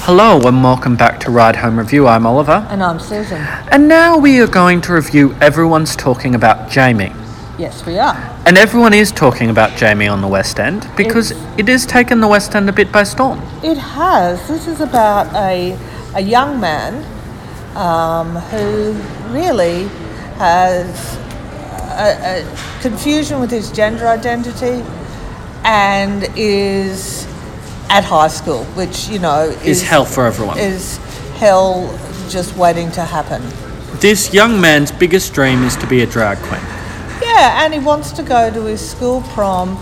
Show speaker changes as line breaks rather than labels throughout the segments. Hello and welcome back to Ride Home Review. I'm Oliver.
And I'm Susan.
And now we are going to review Everyone's Talking About Jamie.
Yes, we are.
And everyone is talking about Jamie on the West End because it has taken the West End a bit by storm.
It has. This is about a, a young man um, who really has a, a confusion with his gender identity and is at high school, which, you know,
Is hell for everyone.
Is hell just waiting to happen.
This young man's biggest dream is to be a drag queen.
Yeah, and he wants to go to his school prom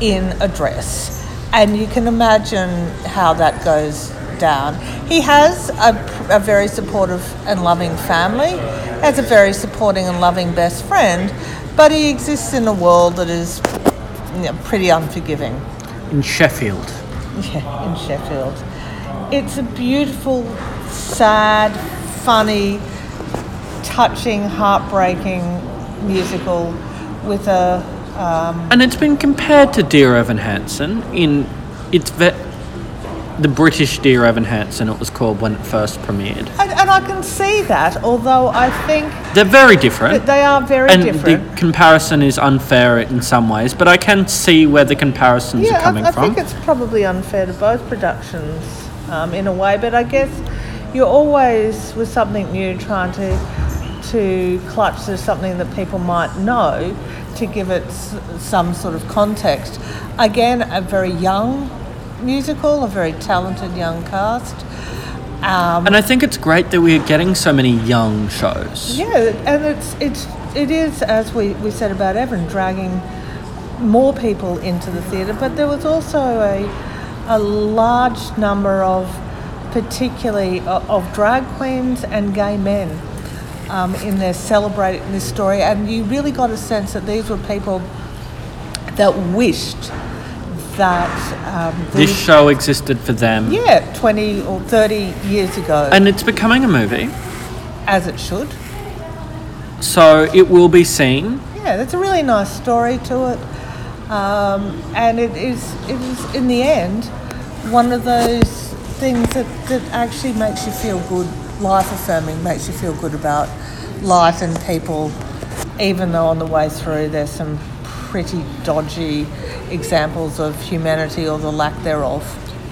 in a dress. And you can imagine how that goes down. He has a, a very supportive and loving family, has a very supporting and loving best friend, but he exists in a world that is you know, pretty unforgiving
In Sheffield,
yeah, in Sheffield. It's a beautiful, sad, funny, touching, heartbreaking musical with a. Um,
and it's been compared to Dear Evan Hansen in its ve- the British Dear Evan Hansen. It was called when it first premiered.
and, and I can see that, although I think
They're very different.
that they are very
and
different.
the comparison is unfair in some ways, but I can see where the comparisons
yeah,
are coming
I, I
from.
think it's probably unfair to both productions um, in a way, but I guess you're always with something new trying to to clutch to something that people might know to give it s- some sort of context. Again, a very young musical, a very talented young cast. Um,
and I think it's great that we are getting so many young shows.
yeah, and it's it's it is as we, we said about Evan dragging more people into the theatre, but there was also a a large number of particularly o- of drag queens and gay men um, in there celebrating this story, and you really got a sense that these were people that wished that um,
This
these-
show existed for them,
yeah twenty or thirty years ago,
and it's becoming a movie,
as it should.
so it will be seen.
Yeah, that's a really nice story to it, um, and it is it is in the end one of those things that, that actually makes you feel good, life affirming, makes you feel good about life and people. Even though on the way through there's some pretty dodgy examples of humanity or the lack thereof.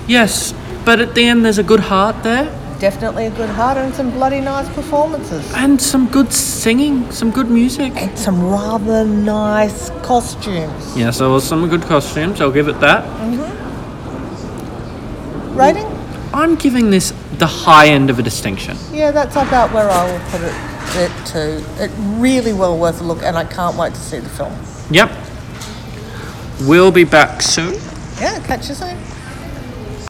Yes, but at the end, there's a good heart there,
Definitely a good heart and some bloody nice performances.
and some good singing, some good music.
And some rather nice costumes.
Yes, there was some good costumes. I'll give it that.
Rating?
I'm giving this the high end of a distinction.
Yeah, that's about where I will put it, it to. It really well worth a look, and I can't wait to see the film.
Yep. We'll be back soon.
Yeah, catch you soon.